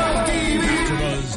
AfterBuzz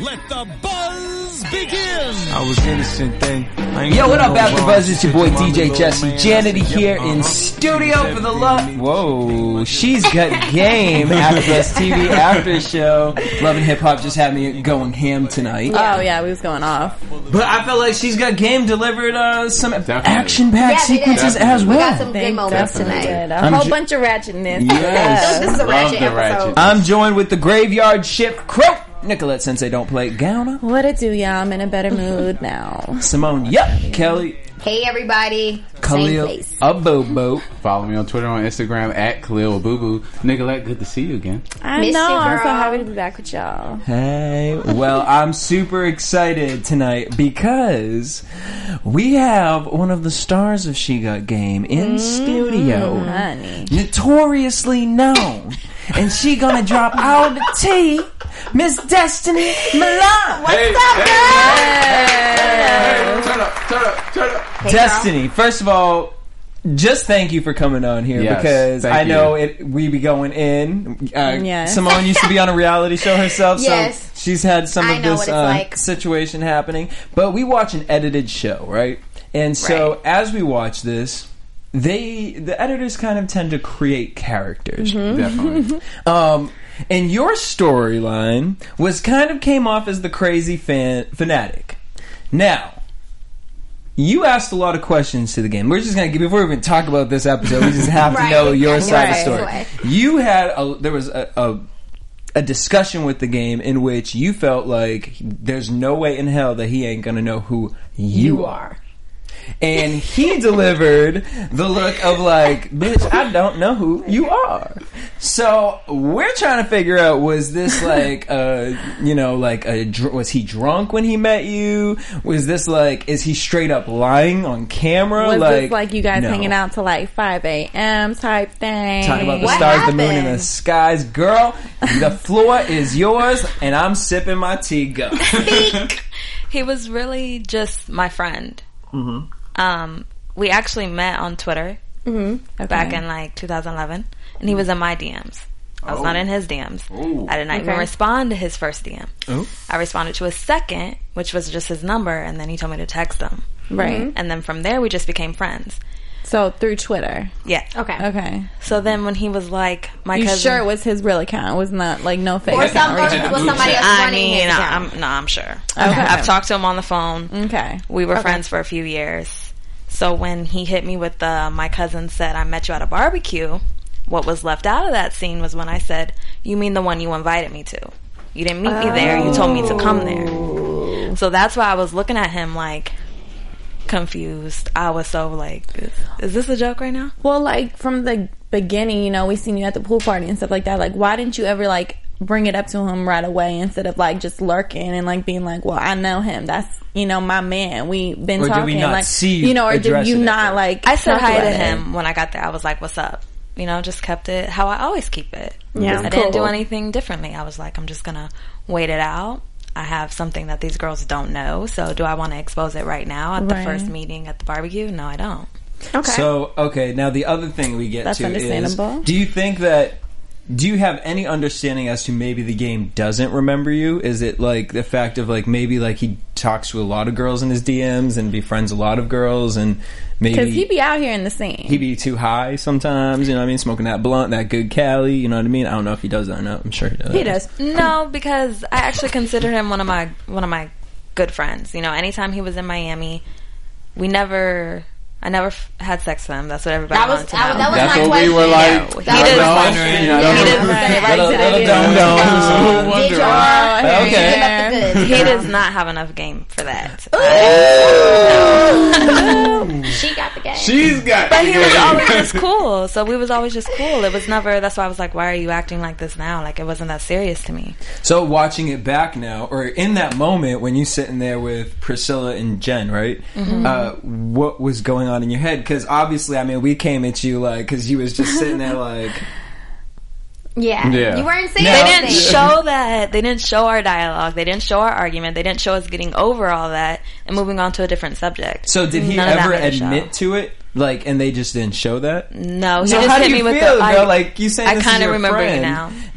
let the buzz begin. I was innocent then. Yo, what up, After Buzz? It's your boy DJ Jesse Janity here in studio for the love. Whoa, she's got game. After Buzz TV After Show. Love and Hip Hop just had me going ham tonight. Oh yeah, we was going off. But I felt like she's got game delivered uh, some Definitely. action packed Yeah, they did. sequences Definitely. as We got well. some good moments Definitely. tonight. A whole ju- bunch of ratchetness. Yes. This is a Love ratchet the episode. ratchet. I'm joined with the graveyard ship crow, Nicolette Sensei Don't Play Gowna, What it do, y'all? I'm in a better mood now. Simone Yep, Kelly Hey everybody, same Khalil place. Abobo. Follow me on Twitter, on Instagram, at Khalil Boo Boo. Nicolette, good to see you again. I Miss you, know. I'm so girl. happy to be back with y'all. Hey, well, I'm super excited tonight because we have one of the stars of She Got Game in studio, Honey. notoriously known, and she gonna drop all the tea, Miss Destiny Milan. Turn up, turn up, turn up. Destiny, first of all. Just thank you for coming on here Yes, because thank I know you. it. We be going in. Uh, Yes. Simone used to be on a reality show herself, Yes. so she's had some I of know what this it's uh, like. situation happening. But we watch an edited show, right? And so as we watch this, they the editors kind of tend to create characters. Mm-hmm. Definitely. Um, and your storyline was kind of came off as the crazy fan fanatic. Now, you asked a lot of questions to the game. We're just gonna give before we even talk about this episode. We just have to Right. know your side Right. of the Right. story. You had a, there was a. a a discussion with the game in which you felt like there's no way in hell that he ain't gonna know who you, are. And he delivered the look of like, bitch, I don't know who you are. So we're trying to figure out was this like, uh, you know, like a dr- was he drunk when he met you? Was this like, is he straight up lying on camera? Was like, this like you guys no. hanging out till like 5 a.m. type thing? Talking about the What stars, the moon, and the happened? skies, girl. The floor is yours, and I'm sipping my tea. Go. He was really just my friend. Um, we actually met on Twitter Okay. back in like 2011, and he was in my DMs. I was not in his DMs. I did not even Okay. respond to his first DM. Oh. I responded to his second, which was just his number, and then he told me to text him. right. And then from there, we just became friends. So through Twitter. Yeah. Okay. Okay. So then when he was like, my Oh. You cousin. sure it was his real account? It was not like no fake Or account. some right? version was somebody else I running his mean, uh, account. I'm, no, I'm sure. Okay. I've talked to him on the phone. Okay. We were Okay. friends for a few years. So when he hit me with the my cousin said I met you at a barbecue, what was left out of that scene was when I said, "You mean the one you invited me to? You didn't meet me there. You told me to come there." Oh. So that's why I was looking at him like confused. I was so like, "Is, is this a joke right now?" Well, like from the beginning, you know, we seen you at the pool party and stuff like that. Like, why didn't you ever like bring it up to him right away instead of like just lurking and like being like, "Well, I know him. That's you know my man. We been Or did we talking." not like, see you you know, or did address you it at not first? like? I said talk hi about to it? him when I got there. I was like, "What's up?" You know, just kept it how I always keep it. Yeah, I didn't do cool. anything differently. I was like, "I'm just gonna wait it out." I have something that these girls don't know, so do I want to expose it right now at Right. the first meeting at the barbecue? No, I don't. okay. So okay, now the other thing we get That's to understandable. is: Do you think that? Do you have any understanding as to maybe the game doesn't remember you? Is it like the fact of like maybe like he talks to a lot of girls in his DMs and befriends a lot of girls and maybe Cause he be out here in the scene. he be too high sometimes? You know what I mean? Smoking that blunt, that good Cali. You know what I mean? I don't know if he does that or not. I'm sure he does. he does. No, because I actually consider him one of my one of my good friends. You know, anytime he was in Miami, we never. I never f- had sex with him. That's what everybody That was, wanted to know. I, that was That's my what question. we were like. No, he That was didn't. No, my question. you know, Yeah. he didn't say it right Little- to little you. dumb No. dumb. Did Wonder y'all why. ever Okay. give up the goods? He does not have enough game for that. She got the game. She's got. But he was always just cool. So we was always just cool. It was never. That's why I was like, why are you acting like this now? Like it wasn't that serious to me. So watching it back now, or in that moment when you sitting there with Priscilla and Jen, right? Mm-hmm. Uh, what was going on in your head? Because obviously, I mean, we came at you like because you was just sitting there like, yeah. Yeah. You weren't saying No. They anything. didn't show that. They didn't show our dialogue. They didn't show our argument. They didn't show us getting over all that and moving on to a different subject. so did he None of that ever made a show. admit to it? Like, and they just didn't show that. No, he so just how hit do me you with feel? the. though? like you saying, I this is kinda your remember you friend.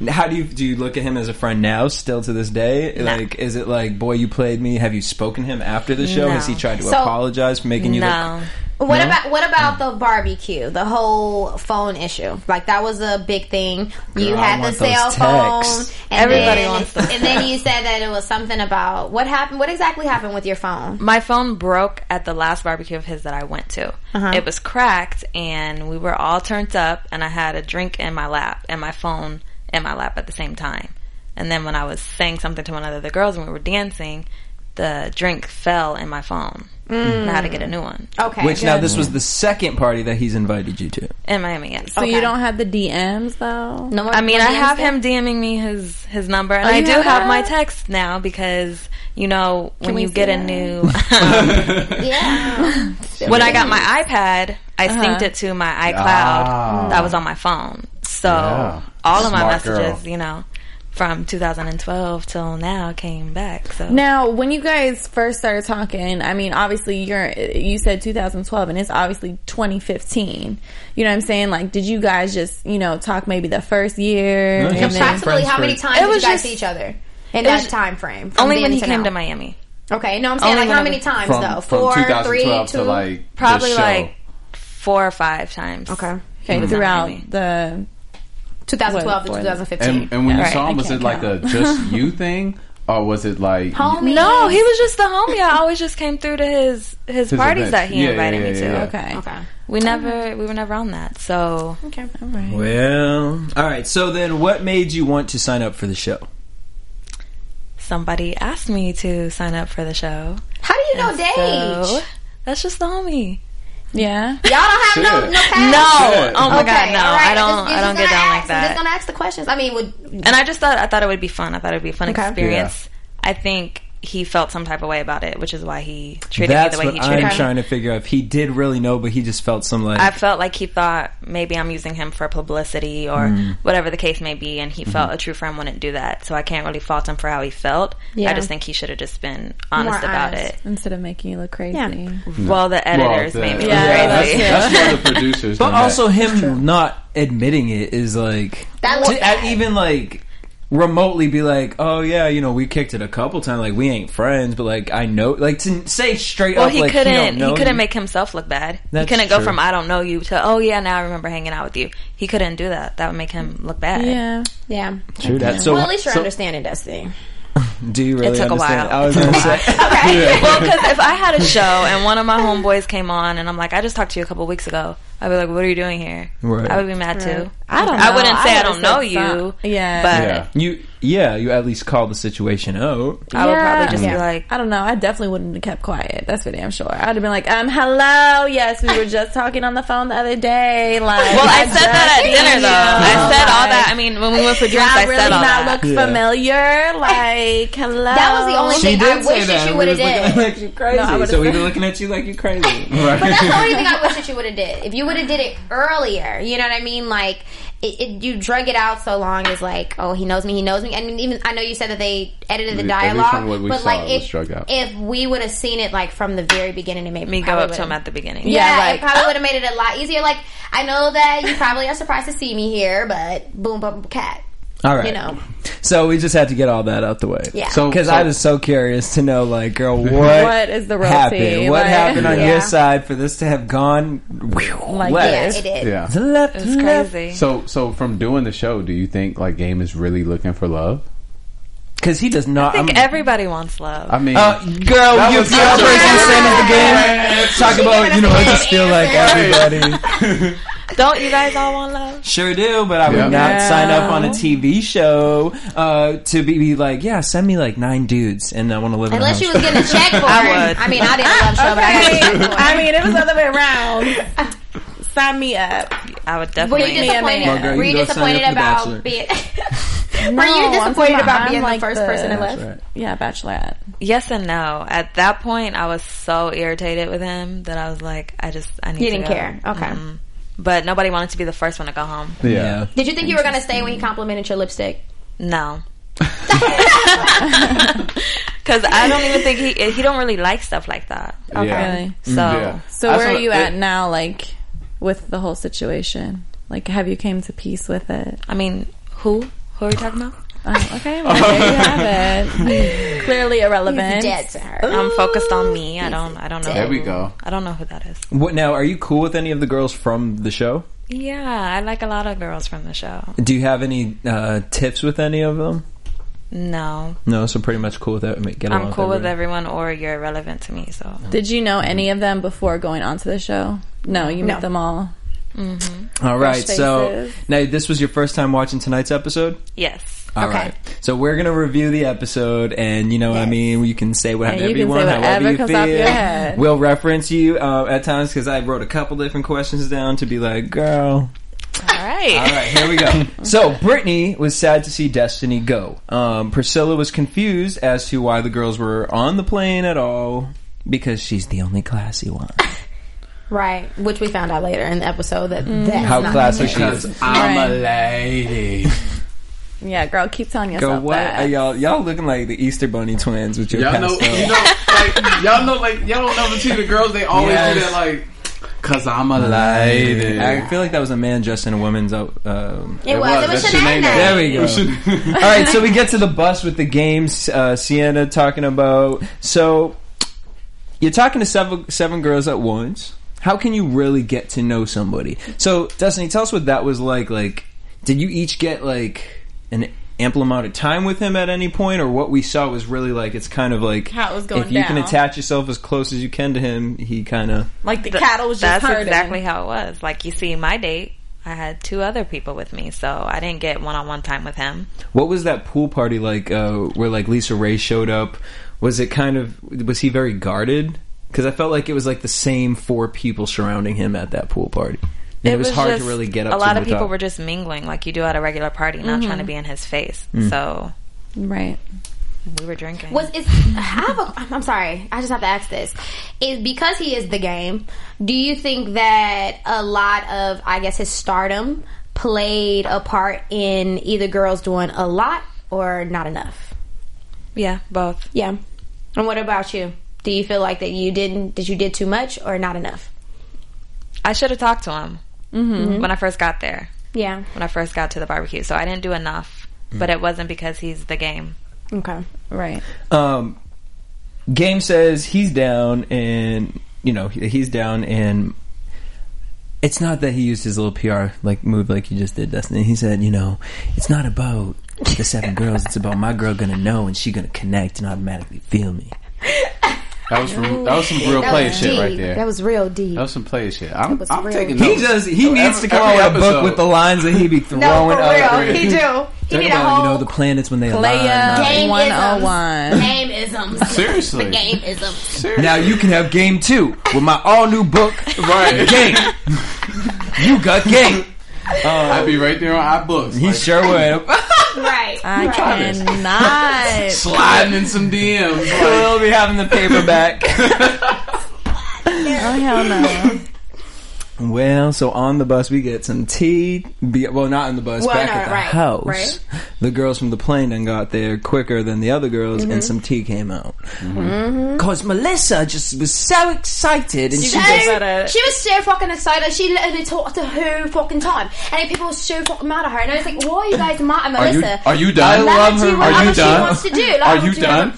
now. How do you do? You look at him as a friend now, still to this day. Like, is it like, boy, you played me? Have you spoken to him after the show? No. Has he tried to So- apologize for making you no, look? What No? about what about the barbecue? The whole phone issue, like that was a big thing. You Girl, I had the want those cell phone. texts. And Everybody then, wants them. And then you said that it was something about what happened. What exactly happened with your phone? my phone broke at the last barbecue of his that I went to. It was cracked, and we were all turned up, and I had a drink in my lap and my phone in my lap at the same time. And then when I was saying something to one of the other girls and we were dancing, the drink fell in my phone. And I had to get a new one Okay. Which now this was the second party that he's invited you to. in Miami. Yes. So Okay. you don't have the DMs though. No more- I mean, no I DMs have there? him DMing me his his number, and Oh, I you do have have my that? text now because you know when we you see get a that? new. um, Yeah. when I got my iPad, I Uh-huh. synced it to my iCloud Ah. that was on my phone. So Yeah. all of my Smart girl. messages, you know, from 2012 till now came back. So Now, when you guys first started talking, I mean, obviously you're you said 2012 and it's obviously 2015. You know what I'm saying? Like did you guys just, you know, talk maybe the first year? No, and yeah. then- Approximately Friends how many for- times It did you was guys just- see each other in it was that time frame? from only then when he came now? to Miami, Okay. No, I'm saying Only like how when I many was- times from, though? from Four, three, two. 2012 to like the probably show. like four or five times. okay. okay, Miami. throughout the 2012 to What? 2015. And, and when Yeah. you Right, saw I him, was it can't like a just you thing, or was it like Homie. No, he was just the homie. I always just came through to his his, His parties events. that he Yeah, invited yeah, me yeah, to. yeah. okay. Okay. We never we were never on that. So Okay. All right. Well, all right. So then, what made you want to sign up for the show? somebody asked me to sign up for the show. How do you know Dage? So, that's just the homie. Yeah. Y'all don't have no Shit. no past. No. Oh my god, Okay, no. all right, I don't just- you're I don't just gonna get down ask. like I'm just that. gonna ask the questions. I mean, would And I just thought I thought it would be fun. I thought it would be a fun Okay. experience. I think he felt some type of way about it, which is why he treated That's me the what way he treated I'm me. trying to figure out. If he did really know, but he just felt some like I felt like he thought maybe I'm using him for publicity or Mm. whatever the case may be, and he Mm-hmm. felt a true friend wouldn't do that. So I can't really fault him for how he felt. I Yeah. just think he should have just been honest More about honest. it. Instead of making you look crazy. Well, the Well, editors oh, the- made me Yeah, look that's, crazy. that's why the producers. But done that. also, him not admitting it is like That looks to- at even like remotely be like, oh yeah, you know, we kicked it a couple times. Like we ain't friends, but like I know, like to say straight Well, up, he like couldn't. He, He, don't know couldn't you. make himself look bad. That's he couldn't go true. from "I don't know you" to "Oh yeah, now I remember hanging out with you." He couldn't do that. That would make him look bad. Yeah. yeah. True that. So, well, at least you're so understanding Destiny. do you really It took a understand? while. I was gonna say, well, because if I had a show and one of my homeboys came on and I'm like, "I just talked to you a couple weeks ago," I'd be like, "What are you doing here?" Right. I would be mad too. I don't I know. wouldn't say I, would've don't said know some- you. Yeah. but yeah. you, yeah, you at least call the situation out. I would Yeah. probably just Yeah. be like, I don't know. I definitely wouldn't have kept quiet. That's for damn sure. I'd have been like, um, hello. Yes, we were just talking on the phone the other day. Like, "Well, I said that at just- dinner though. I Oh, said all like, that. I mean, when we went for Do drinks, I I really said all not look that." Yeah. familiar? Like, hello. That was the only thing I wish that you would have did. Like you crazy. would've so we were looking at you like you crazy. Right. But that's the only thing I wish that you would have did. If you would have did it earlier, you know what I mean? Like it, it, you drug it out so long as like, oh, he knows me, he knows me. I mean, even I know you said that they edited the At least from dialogue, what we but saw, like it was if, drug out. if we would have seen it like from the very beginning, it maybe Me go probably up to him would've- at the beginning. Yeah, Yeah, it like, probably would have made it a lot easier. Like, I know that you probably are surprised to see me here, but boom, boom, cat. All right. You know. So we just had to get all that out the way. Yeah. So- Because I was so curious to know, like, girl, what, what is the real happened? tea? What Like- happened on Yeah. your side for this to have gone whew, Like Yeah, left, it did. yeah. to left, It to was left? crazy. So, so from doing the show, do you think like Game is really looking for love? because he does not. I think I'm- everybody wants love. I mean, Uh, girl, That you was the such a- person saying the Yes. game. Talk about you know, I just feel like everybody. Don't you guys all want love? Sure do, but I would Yeah. not sign up on a TV show uh, to be, be like, yeah, send me like nine dudes, and I want to live. Unless you in a was getting a check for I it. would. I mean, I didn't love show, but I got a check for it. I mean, it was the other way around. Sign me up. I would Were you definitely. Be a man. disappointed? Well, girl, Were you you can go sign disappointed up for Bachelor. about being? Were No, you I'm disappointed talking about I'm being the like first the- person to That's left? Yeah, bachelorette. yes and no. At that point, I was so irritated with him that I was like, I just, I need. You to didn't go. care. Okay. Mm. But nobody wanted to be the first one to go home. yeah. yeah. Did you think you were gonna stay when he complimented your lipstick? No. Because I don't even think he he don't really like stuff like that. Yeah. Really. So Mm, Yeah. So That's where are what- you it- at now, like with the whole situation? Like, have you came to peace with it? I mean, who who are you talking about? Oh, okay, well, there you have it. Clearly irrelevant. Dead to her. I'm focused on me. I don't. I don't know. There we who- go. I don't know who that is. What now? Are you cool with any of the girls from the show? Yeah, I like a lot of girls from the show. Do you have any uh, tips with any of them? No, No, so pretty much cool with that. I mean, Get along I'm cool with everybody. everyone, or you're irrelevant to me. So Did you know any of them before going on to the show? No, you met No. them all. All right, so faces. now this was your first time watching tonight's episode. yes, All right, Okay. so we're gonna review the episode, and you know what I Yes. mean. You can say whatever you you, can say want, however whatever you comes feel. off your head. We'll reference you uh, at times because I wrote a couple different questions down to be like, girl. all right. All right, here we go. so Brittany was sad to see Destiny go. Um, Priscilla was confused as to why the girls were on the plane at all because she's the only classy one. Right, which we found out later in the episode that that's How not classy the case. she is. I'm a lady. Yeah, girl, keep telling Go yourself what that. are y'all y'all looking like the Easter Bunny twins with your Y'all know, pastel? you know, like, y'all know, like, y'all know the two the girls. They always do Yes. that, like, cause I'm a lady. I feel like that was a man dressed in a woman's. out- Um, It was. It was That's Shanae Knight. Shanae. there we go. All right, so we get to the bus with the games. Uh, Sienna talking about. So you're talking to seven seven girls at once. How can you really get to know somebody? So Destiny, tell us what that was like. Like, did you each get like an ample amount of time with him at any point, or what we saw was really like? It's kind of like How it was going If you can down. attach yourself as close as you can to him, he kind of. like the cattle was just That's herding. exactly how it was. Like you see, my date, I had two other people with me, so I didn't get one-on-one time with him. What was that pool party like? Uh, where like Lisa Ray showed up? Was it kind of was he very guarded? Because I felt like it was like the same four people surrounding him at that pool party. And it, was, hard to just- really get up. A to him lot of people without- were just mingling, like you do at a regular party, not trying to be in his face. Mm. So Right. we were drinking. Was is I have a, I'm sorry. I just have to ask this: Is because he is the game. Do you think that a lot of I guess his stardom played a part in either girls doing a lot or not enough? yeah, both. Yeah. And what about you? Do you feel like that you didn't that you did too much or not enough? I should have talked to him Mm-hmm. when I first got there. Yeah. When I first got to the barbecue, so I didn't do enough. Mm. But it wasn't because he's the game. Okay. Right. Um, Game says he's down, and you know he- he's down, and it's not that he used his little PR like move like you just did, Dustin. He said, you know, it's not about the seven girls; it's about my girl gonna know and she gonna connect and automatically feel me. That was from, that was some real That player was shit deep. right there. That was real deep. That was some player shit. I'm, was I'm real. taking He notes. just he Every- needs to come every out with a book episode. with the lines that he be throwing no, for out. real. He do. He Talk need a about, whole uh, you know the planets when they align. Playa Game 101. game isms. Seriously. The game isms. Now you can have game two with my all new book. Right. Game, you got game. I'd be right there on iBooks. He like, sure would. Right. I cannot. sliding in some DMs. Like, we'll be having the paperback. oh hell no. well, so on the bus we get some tea. Be- well, not on the bus, Well, back no, at the right, house. right. The girls from the plane then got there quicker than the other girls, Mm-hmm. and some tea came out. Cause Melissa just was so excited, and she, No, just she was so fucking excited. She literally talked the whole fucking time, and then people were so fucking mad at her. And I was like, "Why are you guys mad at are you Melissa? are you done? I love her. Do Are whatever you she done? Wants to do. Like, Are what you do done?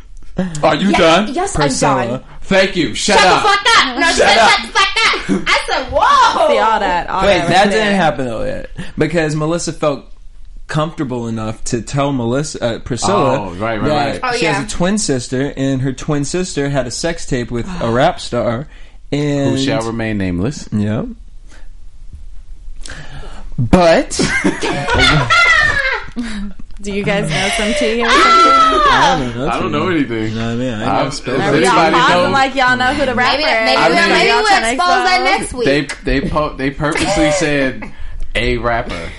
Are you Yes, done? yes, I'm Priscilla. done. Thank you. Shut, Shut the up. fuck up! No, she said, up. shut the fuck up! I said, "Whoa!" See all that. All Wait, right that there. didn't happen though yet because Melissa felt comfortable enough to tell Melissa uh, Priscilla Oh, right, right, that right. Oh, she yeah. has a twin sister, and her twin sister had a sex tape with a rap star. And Who shall remain nameless? yeah. But Do you guys know some tea? I don't know. I don't know anything. I mean, I I'm- know spell Does Are we all anybody know- pausing like y'all know who the rapper Maybe, is? maybe, I we'll, mean- maybe Y'all we'll trying to expose that expose? next week. They they po- they purposely said a rapper.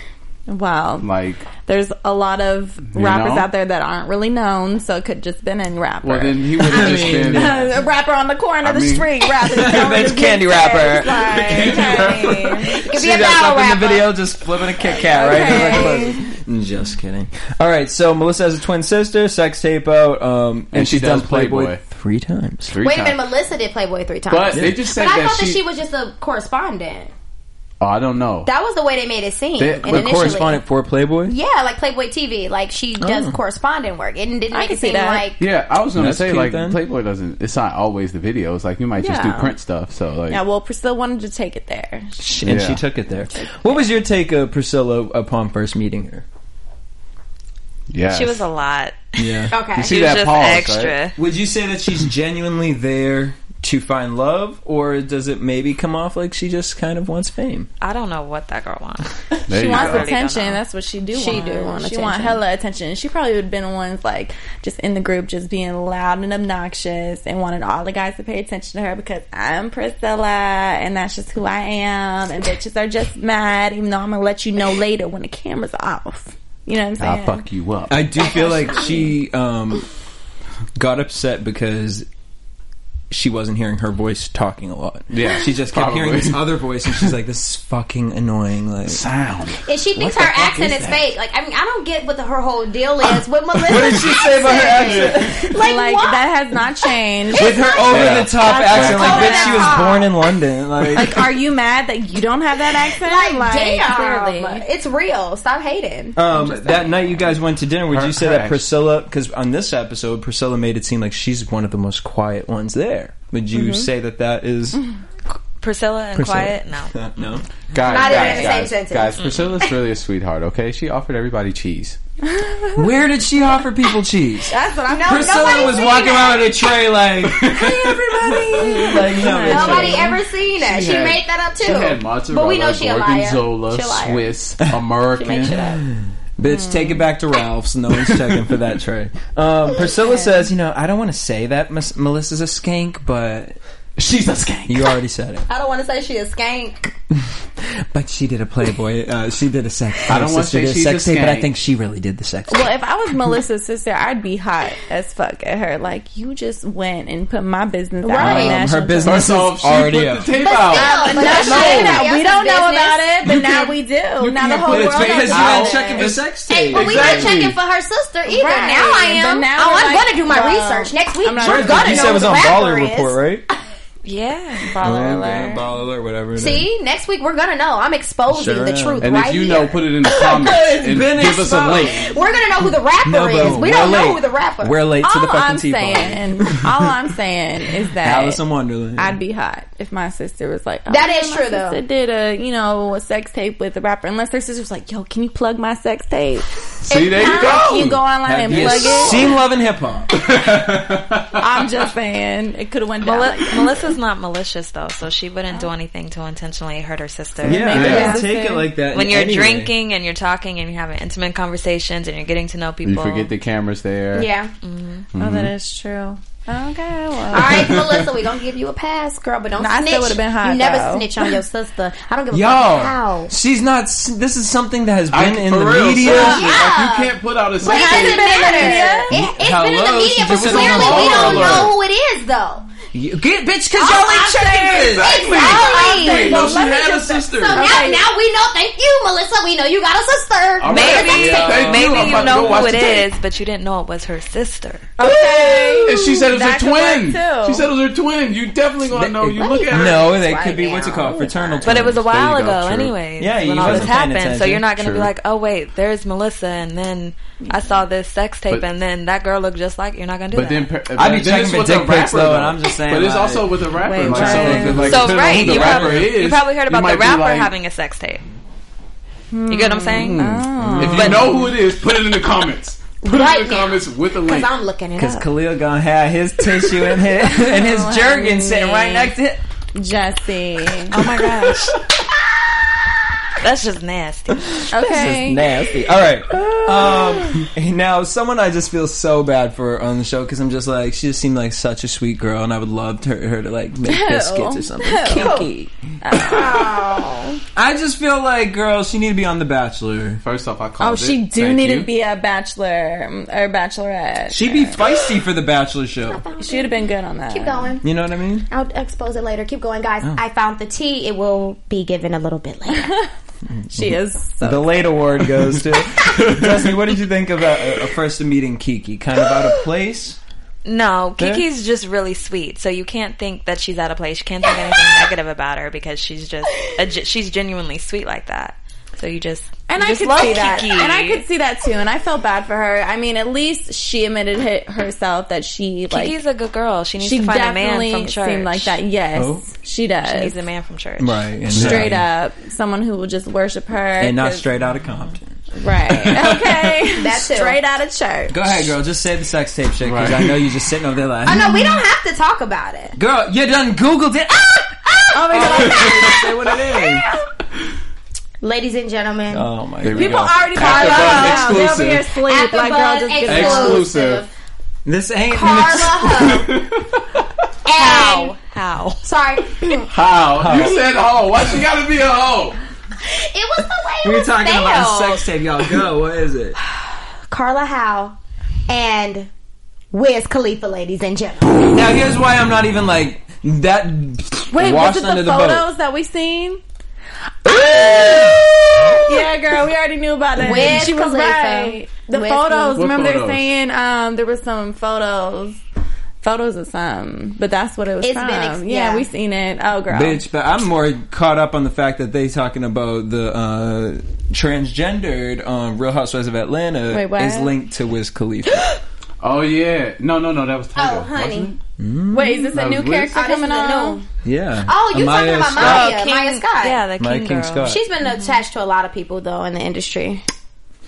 Wow. Like, There's a lot of You rappers know? out there that aren't really known, so it could just been in rapper. well, then he would have just been. a rapper on the corner of the I mean- street rapping. That's candy rapper. rapper. It could See be a that's battle up in rapper. the video, just flipping a Kit Kat right there. Just kidding. All right, so Melissa has a twin sister, sex tape out, um, and, And she she's done does Playboy, Playboy. three times. three Wait a times. minute, Melissa did Playboy three times. But they just said But I that thought she, that she was just a correspondent. Oh, I don't know. That was the way they made it seem. They- and but initially. correspondent for Playboy. Yeah, like Playboy TV. Like she does correspondent work. It didn't make can it see seem that. like yeah, I was gonna That's say cute like then. Playboy doesn't. It's not always the videos. Like you might just do Yeah. print stuff. So like, Yeah, well, Priscilla wanted to take it there. She- and she Yeah. took it there. What was your take of Priscilla upon first meeting her? yeah, She was a lot. Yeah. okay. You see She was that just pause, extra. right? Would you say that she's genuinely there to find love, or does it maybe come off like she just kind of wants fame? I don't know what that girl wants. There She you wants go. don't attention. know. That's what she do. She want. do want She attention. want hella attention. She probably would have been the ones like just in the group, just being loud and obnoxious, and wanted all the guys to pay attention to her because I'm Priscilla, and that's just who I am. And bitches are just mad, even though I'm gonna let you know later when the camera's off. You know what I'm saying? I'll Ah, fuck you up. I do feel like she um, got upset because she wasn't hearing her voice talking a lot. Yeah, she just kept hearing probably. this other voice, and she's like, "This is fucking annoying." Like, Sound. And she thinks her accent is fake. Like I mean, I don't get what the, her whole deal is with Melissa. what did she say about her accent? like, like what? that has not changed. with her over "Oh, the top That's accent, like, over bitch, the she was top. born in London. Like, like, are you mad that you don't have that accent? like, damn, clearly. it's real. Stop hating. um, that night you guys went to dinner. Would Her- you say her that accent. Priscilla? Because on this episode, Priscilla made it seem like she's one of the most quiet ones there. Would you say that that is Priscilla and Priscilla? Quiet? No. no. Guys, Not even guys, in the same guys, sentence. guys, Priscilla's really a sweetheart. Okay, she offered everybody cheese. Where did she offer people cheese? That's what I'm. No, Priscilla nobody's was seen walking that. around with a tray like, Hey everybody! like you know, Nobody it's like- ever seen that. She, had- made that up too. She had mozzarella, but we know she a liar. She a gorgonzola, liar. Swiss, American. Bitch, take it back to Ralph's. No one's checking for that tray. Um, Priscilla says, you know, I don't want to say that Miss Melissa's a skank, but She's a skank. you already said it. I don't want to say she a skank. But she did a Playboy. Uh, she did a sex. I don't her wanna sister say did she's sex a tape, but I skank. think she really did the sex. tape. Well, if I was Melissa's sister, I'd be hot as fuck at her. Like, you just went and put my business out on Right. Um, her national her business First off, is she already put up. the tape But out. still, but That's that's shit that shit. we don't know Business. about it, but now can't- we do. you Now the can't whole put it world knows because you about not it. checking for sex Hey, but we not Exactly. checking for her sister either. Right. Now I But am. now oh, we're I'm like, gonna do my well, research next week. I'm not You're sure. gonna You know said it was on who the Baller rapper is. Report, right? Yeah. Baller Yeah, alert. Baller, whatever. it is. See, next week we're gonna know. I'm exposing Sure the am. truth And right if you here. know, put it in the comments It's and been give us a exposed. link. we're gonna know who the rapper but is. We we're don't late. know who the rapper. We're late to the All fucking I'm tea party. saying, all I'm saying is that Alice in Wonderland. I'd be hot if my sister was like, oh, That yeah, is my true, sister though. Did a you know a sex tape with a rapper? Unless her sister was like, yo, can you plug my sex tape? See, there you go. You go online Have and you plug it. seen Love and Hip Hop? I'm just saying it could have went down. Meli- like that. Melissa's not malicious though, so she wouldn't do anything to intentionally hurt her sister. Yeah, Yeah. yeah. take it like that. When in you're any way. drinking and you're talking and you're having intimate conversations and you're getting to know people, You forget the camera's there. yeah. Oh, that is true. Okay, well. All right, Melissa, we gonna give you a pass, girl. But don't Nah, I still snitch. would've been hot, you never though. snitch on your sister. I don't give a Yo, fuck how. she's not. s- This is something that has I, been in for the real, media. seriously, like, you can't put out a But it sex doesn't tape. matter. It, has been in the Hello, she media, but just said clearly on we Baller don't Alert. know who it is, though. You- Get bitch, cause y'all ain't checking this. Exactly. Didn't know she Let me had a just- sister. So now, now we know. Thank you, Melissa. We know you got a sister. All right. Maybe, Yeah. Thank maybe I'm you about to go know watch who it the tape. Oh, is, but you didn't know it was her sister. Okay. And she said it was That her could work, twin. too. She said it was her twin. You definitely gonna know. You look at her. No, they Right could be what's it now. called fraternal. But it was a There you while go, ago, true. anyways. Yeah, you when all this wasn't paying happened, so attention. you're not going to be True. like, "Oh wait, there's Melissa," and then I saw this sex tape, But- and then that girl looked just like. You're not going to do But then, that. per- I be but then checking it's for with the dick pics, rapper, though, and I'm just saying, But it's like- also with a rapper. Wait, like, right. So, if it, like, so depends on right, who the you rapper probably, is, you probably heard about might the be rapper like, having a sex tape. You get what I'm Hmm. saying? If you know who it is, put it in the comments. Put it Right in the comments with the Because link. I'm looking it Because up. Khalil gonna have his tissue and his and his jerkin sitting right next to it. Jesse. Oh my gosh. That's just nasty. Okay. Nasty. All right. Um, and now, someone I just feel so bad for on the show because I'm just like she just seemed like such a sweet girl, and I would love her, her to like make biscuits or something. Oh. Kinky. I just feel like, girl, she need to be on The Bachelor. First off, I called Oh, it. she do Thank need you. to be a bachelor um, or bachelorette. She'd be feisty for The Bachelor show. She would have been good on that. Keep going. You know what I mean? I'll expose it later. Keep going, guys. Oh. I found the tea. It will be given a little bit later. She is. The late award goes to Dusty. What did you think of uh, uh, first meeting Kiki? Kind of out of place. No, Yeah. Kiki's just really sweet, so you can't think that she's out of place. You can't think anything negative about her because she's just a, ge- she's genuinely sweet like that. So you just And you I just could love see that. Kiki. And I could see that too. And I felt bad for her. I mean, at least she admitted hi- herself that she like Kiki's a good girl. She needs she to find a man definitely from church. seemed like that. Yes, Who? she does. She needs a man from church. Right. straight up, someone who will just worship her And not 'cause- straight out of Compton. Right. Okay. That too. straight out of church. Go ahead, girl. Just say the sex tape shit because Right. I know you're just sitting over there like, oh no, we don't have to talk about it. girl, you done Googled it. Ah! Oh my god. Just say what it is. Ladies and gentlemen, Uh, Oh my There god. we go. People already After caught up. Buzz They over exclusive. here sleep After like girl Buzz just get Ex- out. Exclusive. This ain't. Carla Huff. How? And, How? sorry. it How? You said hoe. Why she gotta be a hoe? was the way it we were was talking about spelled. sex tape, y'all. Go. What is it? Carla Howe and Wiz Khalifa, ladies and gentlemen. Now here's why I'm not even like that. Wait, was washed it the, under the, photos boat. that we seen? Yeah, girl, we already knew about it. Wiz she was Khalifa. right. The Wiz photos. Khalifa. What remember, photos? they're saying um, there were some photos, photos of some, but that's what it was. It's from. been ex- yeah. yeah. we seen it. Oh, girl. Bitch, but I'm more caught up on the fact that they talking about the uh, transgendered um, Real Housewives of Atlanta Wait, what? is linked to Wiz Khalifa. Oh yeah. No, no, no. That was Tiger. Oh, honey. wasn't Wait, is this No, a new Wiz- character Oh, this coming is the on? new- yeah. Oh, you talking Amaya about Scott. Maya. Maya Scott. Yeah, the Maya King, King girl. Scott. She's been attached to a lot of people, though, in the industry.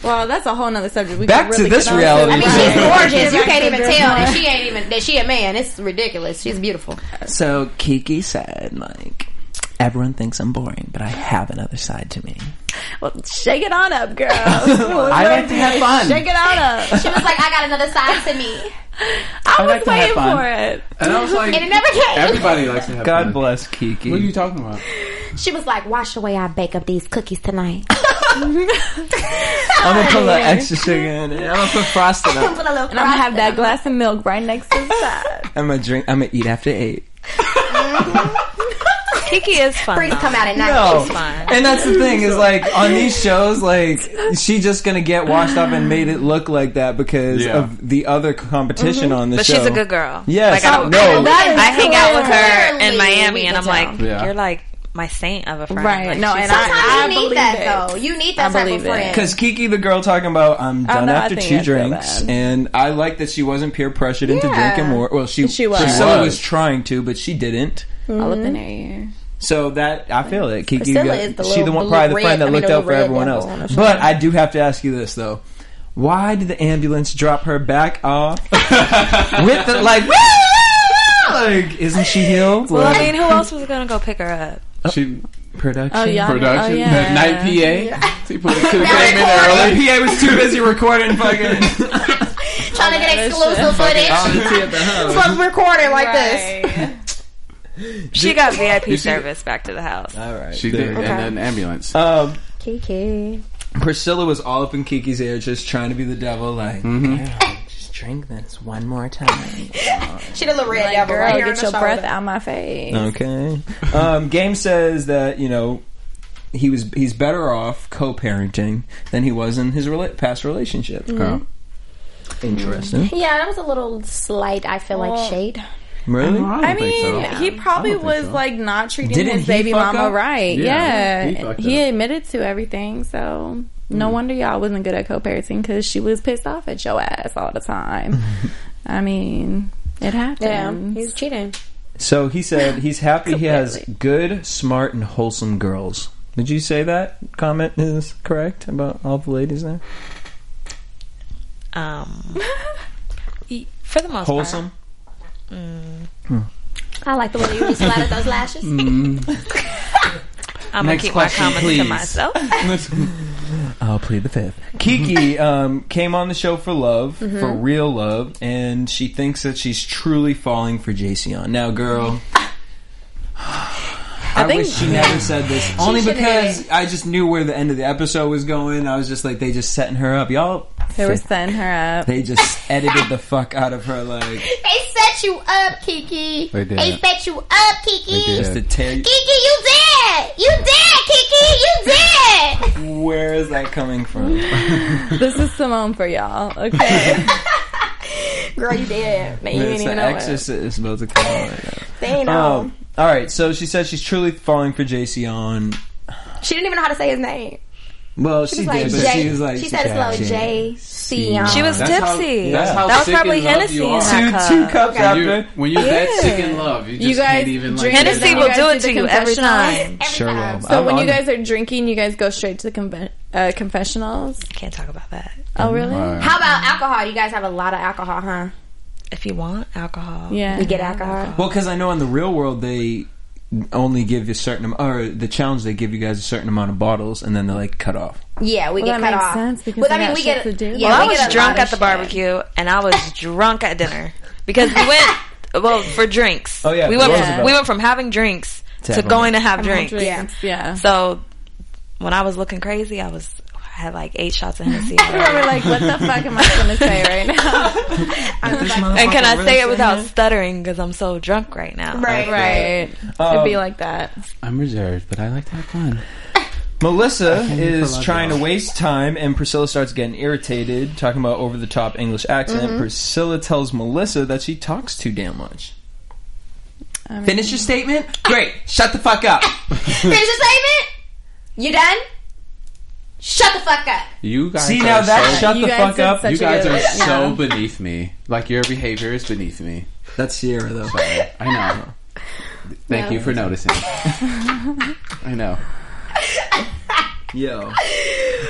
Well, that's a whole nother subject. We Back could to really this get on reality I mean, she's Right. gorgeous. You Back can't to even this tell that one. she ain't even that she a man. It's ridiculous. She's beautiful. So Kiki said, like, everyone thinks I'm boring, but I have another side to me. Well, shake it on up, girl. I like to have fun. Shake it on up. She was like, I got another side to me, I was like to have waiting fun. for it. And I was like, and it never came. everybody likes to have God fun. bless What are you Kiki. talking about? She was like, "Wash the way I bake up these cookies tonight." I'm gonna put a little extra sugar in it. I'm gonna put frosting I'm on. gonna look And I'm gonna have that glass of milk right next to the side. I'm gonna drink. I'm gonna eat after eight. Kiki is fun. freaks though. come out at night. No, fine. and that's the thing is like on these shows, like she just gonna get washed up and made it look like that because Yeah. of the other competition on the But show. she's a good girl. Yes, Oh, Like, I, would- no. I, would- That is I hang out with her clearly in Miami, and I'm we can like, tell. Yeah. you're like my saint of a friend. Right. Like, No, she's and so I- sweet. Sometimes I you need believe that it. though. You need that type of believe it. friend. Because Kiki, the girl, talking about I'm done no, I after think two I feel drinks, bad. and I like that she wasn't peer pressured into Yeah. drinking more. Well, she She was. Priscilla She was. was. trying to, but she didn't. All up in her ear. So that I feel it. Kiki, Priscilla got- is the she the little one, blue- probably the red- friend that I mean, looked the out for red everyone devil else. on her shoulder. But I do have to ask you this though: Why did the ambulance drop her back off with the like? like, isn't she healed? Well, I Like, mean, who else was gonna go pick her up? She production. Oh yeah. production. Oh, yeah. That night PA. She put- could've came in The early. PA was too busy recording fucking. trying to get exclusive all footage. the tea at the house. Was recorded like this. Right. She got VIP Did she- service back to the house. All right, She there did, we go. and an ambulance. Um, Kiki. Priscilla was all up in Kiki's ear, just trying to be the devil, like, "Girl, just drink this one more time. She did a red Like, devil girl, right here get on your the breath shoulder. out my face. okay. Um, Game says that, you know, he was he's better off co-parenting than he was in his rela- past relationship. Oh. Interesting. Yeah, that was a little slight. I feel like shade. Really? No, I don't think mean, so. he I probably don't think was so. like not treating Didn't his he baby fuck mama up? right. Yeah, Yeah, he fucked he, up. Mm. admitted to everything. So no wonder y'all wasn't good at co-parenting because she was pissed off at your ass all the time. I mean, it happens. was cheating. So he said he's happy he has good, smart, and wholesome girls. Did you say that comment is correct about all the ladies there? Um, y- for the Uh, most Wholesome. I like the way you just flatted those lashes. part, I'm gonna Next keep question, my comments please. to myself. I'll plead the fifth. Mm-hmm. Kiki um, came on the show for love, for real love, and she thinks that she's truly falling for Jason. Now, girl. I, think- wish she never said this. Only should've because I just knew where the end of the episode was going. I was just like, they just setting her up. Y'all, They were setting her up. they just edited the fuck out of her, like, They set you up, Kiki. They did. set you up, Kiki. They did. just to tear you. Kiki, you dead. You dead, Kiki. You dead. Where is that coming from? This is Simone for y'all. Okay. Girl, you dead. Man, you It's didn't the even know it. Exorcist is about to come out right now. They ain't know. Um, all right, so she said she's truly falling for Jason. she didn't even know how to say his name. Well, she, She was did, like, but J- she was like, she said it slow, J- C- She was That's how- tipsy. that's how that was sick and probably love Hennessy you in are. two, that cup. two cups When you- after. when you're that Yeah. sick in love, you just guys can't even like. drink get it it Hennessy You out. will guys do did it the to you every confessional. time. Every Sure time. will. So I'm when you on- guys are drinking, you guys go straight to the conve- uh, confessionals. Can't talk about that. Oh, really? Alright. How about alcohol? You guys have a lot of alcohol, huh? If you want alcohol, Yeah. You get alcohol. Well, because I know in the real world they only give you a certain amount, or the challenge they give you guys a certain amount of bottles, and then they like cut off. Yeah, we Well, get that cut makes off. sense because Well, they I mean, got we shit get to do. Yeah, well, I we get was a drunk lot at of the shit. barbecue, and I was drunk at dinner because we went well for drinks. Oh, yeah, we the went Roosevelt. we went from having drinks To to, having- going to have drinks. Yeah. Yeah. So when I was looking crazy, I was I had like eight shots of Hennessy. We're like, what the fuck am I going to say right now? and can I say it without stuttering? Because I'm so drunk right now. Right, Right. It'd be like that. I'm reserved, but I like to have fun. Melissa you for is love trying to y'all. waste time, and Priscilla starts getting irritated, talking about over the top English accent. Priscilla tells Melissa that she talks too damn much. Finish your statement? Great. Shut the fuck up. Finish your statement. You done? Shut the fuck up. You guys See, are now that so, shut You the guys fuck did up. such you a guys good- are yeah. so beneath me. Like your behavior is beneath me. That's Sierra, though. I know. Thank you for noticing. I know. Yo.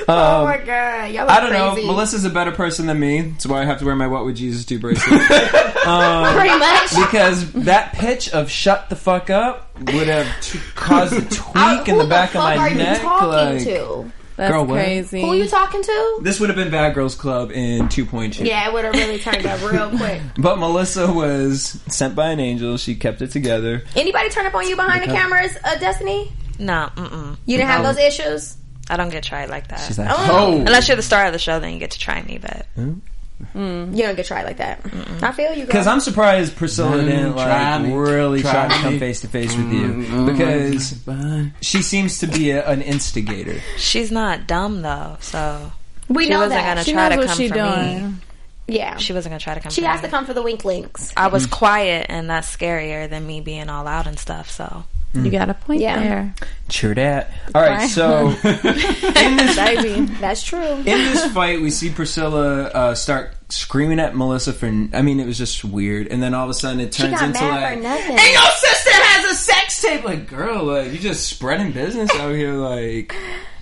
Oh my god, y'all I don't know. crazy. Melissa's a better person than me. That's why I have to wear my What Would Jesus Do bracelet. Pretty much. because that pitch of shut the fuck up would have t- caused a tweak in Who the back fuck of my are you neck. talking like, to? That's Girl, what? crazy. Who you talking to? This would have been Bad Girls Club in 2.2. Yeah, it would have really turned up real quick. But Melissa was sent by an angel. She kept it together. Anybody turn up on you behind the cameras, uh, Destiny? No, mm-mm. You didn't have those issues? I don't get tried like that. She's like, Oh, Unless you're the star of the show, then you get to try me. But You don't get tried like that. I feel you, Because girl. I'm surprised Priscilla Mm, didn't try like me, really try try to me. come face to face with you Mm, because fun. she seems to be a, an instigator. she's not dumb though, so we she know wasn't that. gonna She try knows to what come she for me. doing. yeah. She, She wasn't gonna try to come. for has me. to come for the wink links. I was quiet, and that's scarier than me being all out and stuff. So You got a point Yeah. there. Sure that. All right, Why? so in this Baby. That's true. in this fight, we see Priscilla uh, start screaming at Melissa for. I mean, it was just weird, and then all of a sudden it She turns got into mad like, for nothing. "And your sister has a sex tape." Like, girl, like you just spreading business out here, like.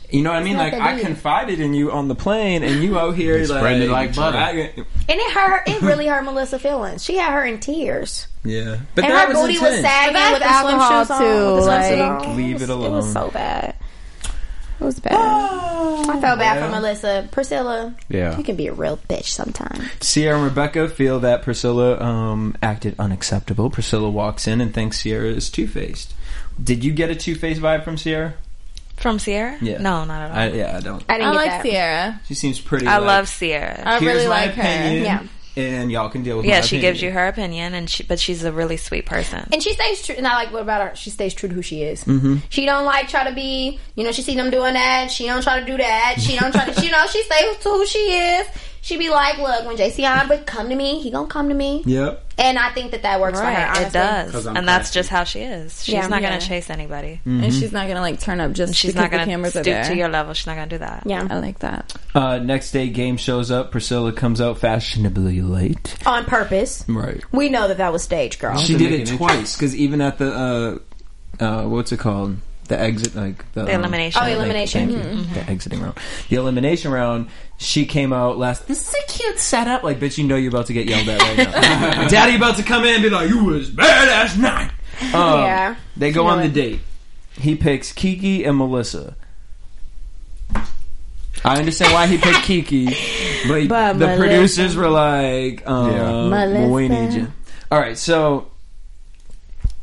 You know what I mean? not Like that I deep. confided in you on the plane, and you out here like spreading it like butter. dragging- And it hurt. It really hurt Melissa feelings. She had her in tears, Yeah, but and that her was booty was intense. sagging But with the that's swim alcohol, shoes on. too, with the swimsuit like- on. Leave it It alone. was so bad. It was bad. I felt bad for Melissa. Priscilla, Yeah. you can be a real bitch sometimes. Sierra and Rebecca feel that Priscilla um, acted unacceptable. Priscilla walks in and thinks Sierra is two faced. Did you get a two faced vibe from Sierra? from Sierra, Yeah. no, not at all. I, yeah, I don't. I I didn't get like that. Sierra. She seems pretty. I like, love Sierra. I Here's really my like her. opinion, Yeah. and y'all can deal with. yeah, my she opinion. gives you her opinion, and she, but she's a really sweet person. And she stays true. And I like what about her? She stays true to who she is. Mm-hmm. She don't like try to be. You know, she see them doing that. She don't try to do that. She don't try to. You know, she stays to who she is. She be like, look, when JC on but come to me, he gonna come to me. Yep. And I think that that works for her. Honestly. it does, 'Cause I'm and that's classy. just how she is. She's Yeah. not Yeah. gonna chase anybody. And she's not going to like turn up just She's because not the gonna cameras are stoop there. to your level. She's not gonna do that. Yeah. I like that. Uh, next day, game shows up. Priscilla comes out fashionably late. On purpose. Right. We know that that was stage, girl. She to did make it an twice because even at the uh, uh, what's it called? the exit, like the, The elimination. Oh, like, elimination. Mm-hmm. thank you. The exiting round. The elimination round. She came out last. This is a cute setup. Like, bitch, you know you're about to get yelled at right now. Daddy about to come in and be like, "You was bad last night." Um, Yeah. They go You know on the it. date. He picks Kiki and Melissa. I understand why he picked Kiki, but, But the Melissa. producers were like, um, Yeah. "We Melissa. need you." All right, so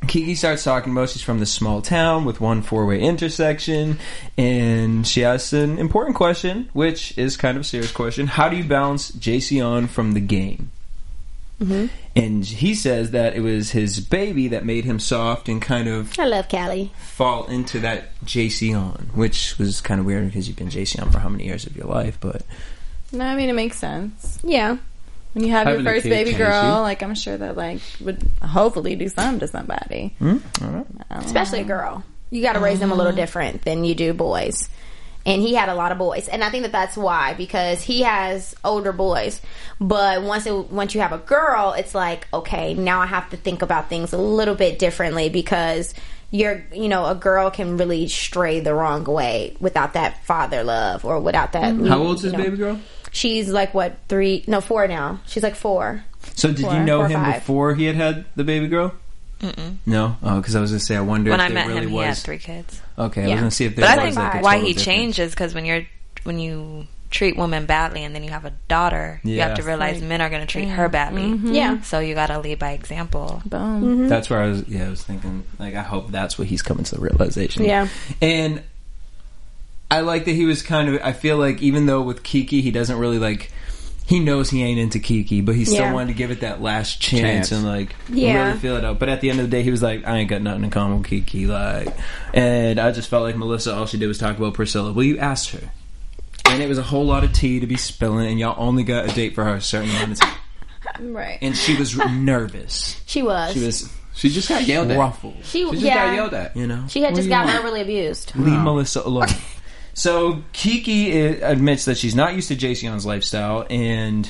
Kiki starts talking about she's from this small town with one four-way intersection, and she asks an important question, which is kind of a serious question: How do you balance JC on from the game? Mm-hmm. And he says that it was his baby that made him soft and kind of I love Callie. fall into that JC on, which was kind of weird because you've been JC on for how many years of your life, but No, I mean it makes sense. Yeah. When you have Having a your first kid baby changes girl, you. like I'm sure that like would hopefully do something to somebody. Mm-hmm. especially a girl. You got to raise them a little different than you do boys. And he had a lot of boys, and I think that that's why because he has older boys. But once it, once you have a girl, it's like okay, now I have to think about things a little bit differently because you're you know a girl can really stray the wrong way without that father love or without that. how old's his you know. baby girl? She's like what three? No, four now. She's like four. So did Four, you know four, him five. before he had had the baby girl? Mm-mm. No, because I was gonna say I wonder When if I there met really him, was. he had three kids. Okay, I Yeah. was gonna see if there But I was think like a why why total he difference. changes because when you're when you treat women badly and then you have a daughter, you Yeah. have to realize men are going to treat her badly. Yeah. So you got to lead by example. Boom. That's where I was. Yeah, I was thinking. Like, I hope that's what he's coming to the realization. Yeah. and I like that he was kind of. I feel like even though with Kiki, he doesn't really like. He knows he ain't into Kiki, but he still Yeah. wanted to give it that last chance, Chance. and like Yeah. really feel it out. But at the end of the day, he was like, "I ain't got nothing in common with Kiki." Like, and I just felt like Melissa. All she did was talk about Priscilla. Well, you asked her, and it was a whole lot of tea to be spilling, and y'all only got a date for her a certain amount of time, Right. and she was nervous. She was. She was She just got yelled at. ruffled, She, She just got yeah. yelled at. you know. She had What just do you got want? verbally abused. Leave Melissa alone. so Kiki uh, admits that she's not used to Jason's lifestyle, and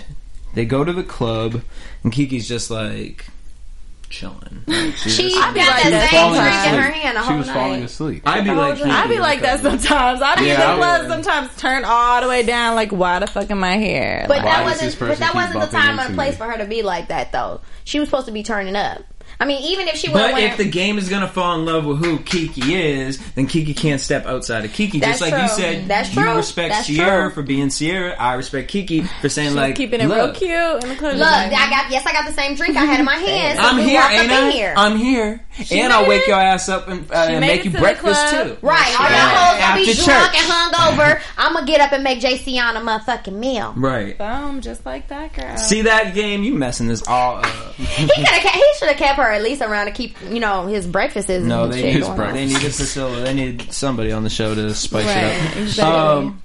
they go to the club, and Kiki's just like chilling. Like, she's She just- got that She was same Oh, falling drink in her asleep. hand the She whole was night. falling asleep. I'd be like, I Kiki be like that sometimes. I be Yeah, I in the club would. sometimes turn all the way down like why the fuck am I here? But Why that does wasn't. this But person that keep wasn't the bumping time or into the me? place for her to be like that, though. She was supposed to be turning up. I mean, even if she would But have if the game is gonna fall in love with who Kiki is, then Kiki can't step outside of Kiki. That's Just like you true. said, That's you true. respect That's Sierra true. for being Sierra. I respect Kiki for saying like keeping it real "Look, cute in the club. look, I got yes, I got the same drink I had in my hand. so I'm we here, walked up ain't in I? Here. I'm here, and made I'll wake it. your ass up and, uh, and made make it you to the breakfast club. too. Right, all y'all hoes Right. gonna be After drunk church. and hungover. I'm gonna get up and make JC on a motherfucking meal. Right. Boom, just like that girl. See that game? You messing this all up. He could have, he should have kept her at least around to keep, you know, his breakfasts. and No, they shit need, going on. they need a Priscilla. They need somebody on the show to spice Right, it exactly. up. Um,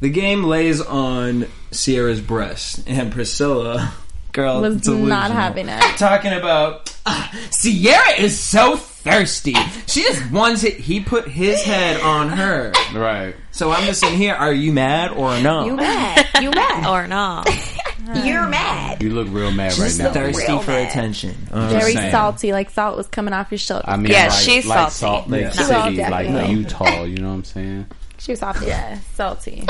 the game lays on Sierra's breast, and Priscilla, girl, was not delusional. having it. Talking about "Ah, Sierra is so thirsty. She just wants it. He put his head on her. Right. So I'm just in here. Are you mad or no? You mad? You mad? Or no. You're mad? You look real mad right Just now. thirsty Real for mad. attention. Um, Very Same. salty, like salt was coming off your shoulder. I mean, Yeah, like, she's like salty. Salt Lake Yeah. City, salty. like No. Utah. Oh, You know what I'm saying? She was off. Yeah. yeah, salty.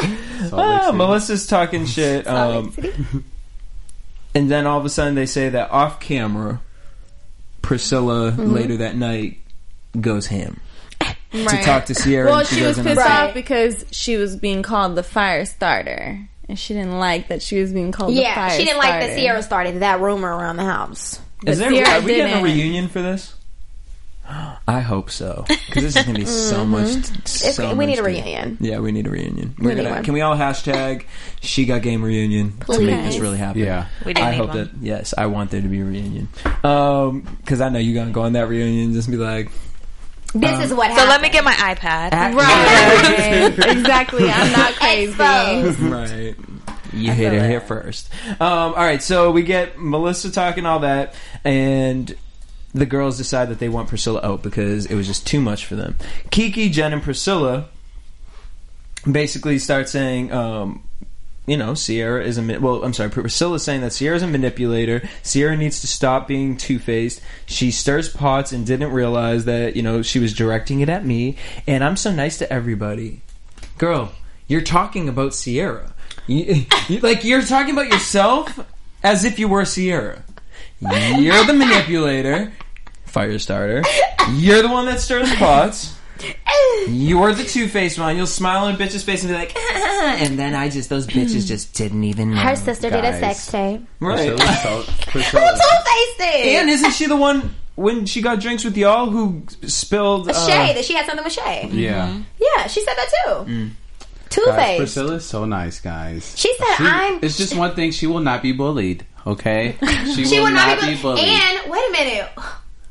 Salt Lake Ah, City. Melissa's talking shit. Um, and then all of a sudden they say that off camera, Priscilla Mm-hmm. later that night goes ham Right. to talk to Sierra. well, and she, she was doesn't pissed Right. off because she was being called the fire starter, and she didn't like that she was being called the Yeah, fire she didn't like that starter. Sierra started that rumor around the house. Is there, Sierra are we getting a didn't. reunion for this? I hope so because this is gonna be so much. It's, So Mm-hmm. we need much a good. reunion. Yeah, we need a reunion. We're need gonna. one. Can we all hashtag she got game reunion to make this Please. really happen? Yeah. We didn't I need hope one. that yes, I want there to be a reunion. Um, because I know you're gonna go on that reunion and just be like, This is what So happened. let me get my iPad. Right. exactly. I'm not crazy. Exposed. right. You hit it here first. Um, all right, so we get Melissa talking all that, and the girls decide that they want Priscilla out because it was just too much for them. Kiki, Jen, and Priscilla basically start saying, um, you know, Sierra is a ma- well. I'm sorry, Priscilla's saying that Sierra's a manipulator. Sierra needs to stop being two faced. She stirs pots and didn't realize that you know she was directing it at me. And I'm so nice to everybody, girl. You're talking about Sierra, You- you- like you're talking about yourself as if you were Sierra. You're the manipulator, fire starter. You're the one that stirs pots. You're the two faced one. You'll smile in a bitch's face and be like, and then I just those bitches just didn't even. Know. Her sister did a guys. sex tape. right? Priscilla's so- Who Priscilla's- two-faced this? and isn't she the one when she got drinks with y'all who spilled? uh, Shay, that she had something with Shay. yeah. Yeah, she said that too. Mm. Guys, Two-faced. Priscilla's so nice, guys. She said, "I'm-" It's just one thing. She will not be bullied. Okay. She, she will, not, bu- be bullied. And wait a minute,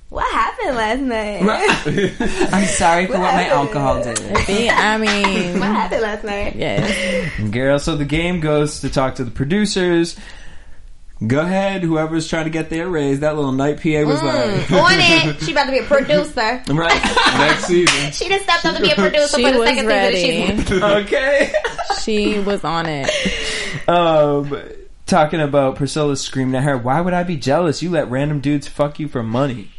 what happened last night? I'm sorry for what my alcohol did, See, I mean, What happened last night? yes. girl. So the game goes to talk to the producers. Go ahead, whoever's trying to get their raise. That little night PA was like, Mm, On it, she about to be a producer. right, Next season. She just stepped up to be a producer She for the was second season. ready. She's okay. She was on it. um, talking about Priscilla screaming at her, why would I be jealous? You let random dudes fuck you for money.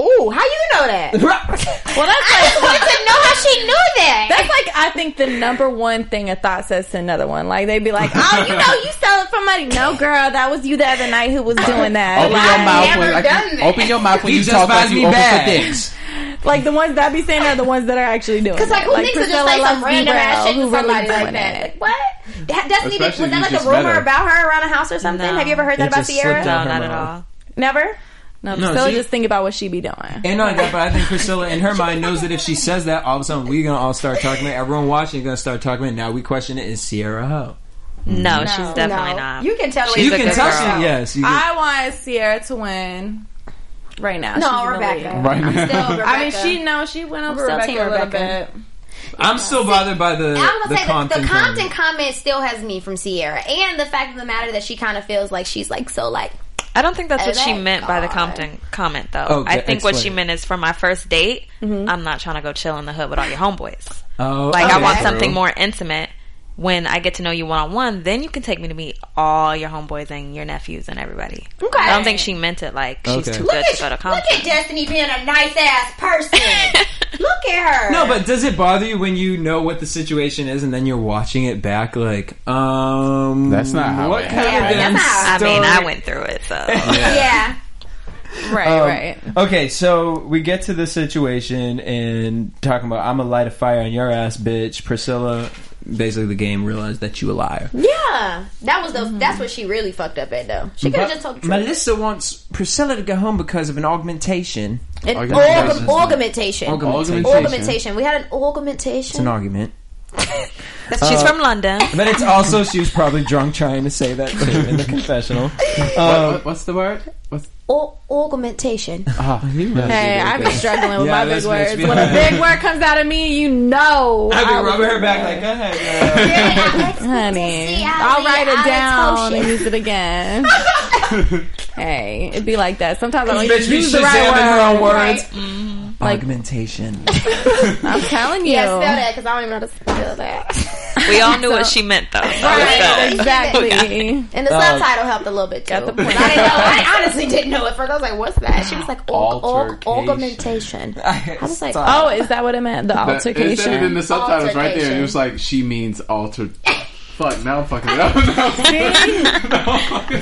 ooh, how you know that? Well, that's I just want to know how she knew that. That's like I think the number one thing a thought says to another one. Like they'd be like, "Oh, you know, you sell it for money." No, girl, that was you the other night who was doing that. Open your I've mouth never when done like, that. open your mouth when You you just talk buys like me you open for bags. dicks. Like the ones that be saying are the ones that are actually doing. Cause like it. who thinks of just Priscilla like some loves random B-Rel, ass shit to who really somebody like doing that? it. Like what? That- Destiny, Especially did, if was you that like a just met rumor her. about her around the house or something? No. Have you ever heard that It about just slipped Sierra? out. No, her not at mouth. all. Never. No, No, Priscilla she- just think about what she be doing. And not only that, but I think Priscilla, in her mind, knows that if she says that, all of a sudden we're gonna all start talking about it. Everyone watching is gonna start talking about it. Now we question it: Is Sierra a hoe? No, she's definitely No. not. You can tell She's she's you a can good tell girl. she yes. You can, I want Sierra to win right now. She's No, in the Rebecca. lead. Right I'm now. still Rebecca. I mean, she knows she went over still Rebecca team a little Rebecca. bit. I'm still bothered by the I'm the gonna say Compton. the, the Compton thing. comment still has me from Sierra, and the fact of the matter that she kind of feels like she's like so like I don't think that's what Oh she my meant by the God. Compton comment, though. Oh, I d- think what she explain. meant is for my first date, I'm not trying to go chill in the hood with all your homeboys. Oh, Like, I okay. want something more intimate. When I get to know you one on one, then you can take me to meet all your homeboys and your nephews and everybody. Okay. I don't think she meant it like she's Okay. too look good at to go to look Compton. at Destiny being a nice ass person. look at her. No, but does it bother you when you know what the situation is and then you're watching it back? Like, um, That's not how What it kind happened. of Yeah, damn that's not I how- mean, I story- went through it, so yeah, Right, Um, right. Okay, so we get to this situation and talking about I'm gonna light a fire on your ass, bitch. Priscilla, basically the game realized that you a liar. yeah. That was the. That's what she really fucked up at though. She could have But just told the truth. Melissa wants Priscilla to go home because of an augmentation. Argumentation. An aug- augmentation. Augmentation. Augmentation. We had an augmentation. It's an argument, she's from London. but it's also she was probably drunk trying to say that too in the confessional. Um, What- what- what's the word? What's Au- augmentation. Oh, you Hey, I've been struggling with Yeah, my big this makes words. me- When a big word comes out of me, you know. I've I been was- rubbing her back like, go ahead, girl. Honey, See, I'll Ali, write it Ali down Tosha. and use it again. hey, it'd be like that. Sometimes I don't Bitch, even we use the should right word. her own words. Right? Augmentation. I'm telling you. Yeah, spell that because I don't even know how to spell that. We all knew what she meant, though. So Right. it's good. exactly. And the Uh, subtitle helped a little bit too. Got the point. I didn't know. I honestly didn't know at first. I was like, "What's that?" She was like, aug- aug- Altercation. "Augmentation." I was like, Oh, is that what it meant? The that- It said it in altercation. the subtitles right there. and It was like she means altered. Fuck. Now I'm fucking it up.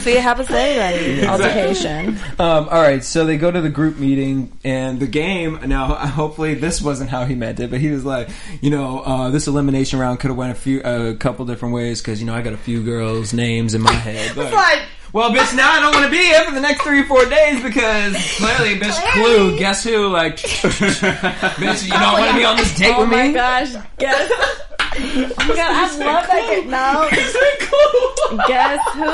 See, it happens to everybody. Altercation. Um, all right, so they go to the group meeting and the game. Now, hopefully, this wasn't how he meant it, but he was like, you know, uh, this elimination round could have went a few, uh, a couple different ways because you know I got a few girls' names in my head. But, like- Oh, well, bitch, now I don't want to be here for the next three or four days because clearly, bitch, Clearly. clue, guess who? Like, bitch, you don't want to be on this date Oh with my me. gosh. Guess. Oh my god, I love that game. No. Guess who?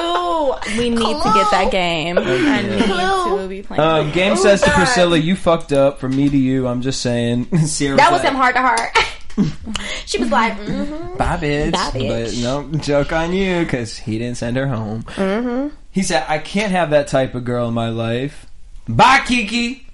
We need to get that game. I need Clue. to be playing. Uh, Um, game says to Priscilla, "You fucked up from me to you." I'm just saying, Sierra. that was like, him heart to heart. she was like, mm-hmm. Bye, bitch. Bye, But bitch. no, joke on you because he didn't send her home. Mm-hmm. He said, I can't have that type of girl in my life. Bye, Kiki.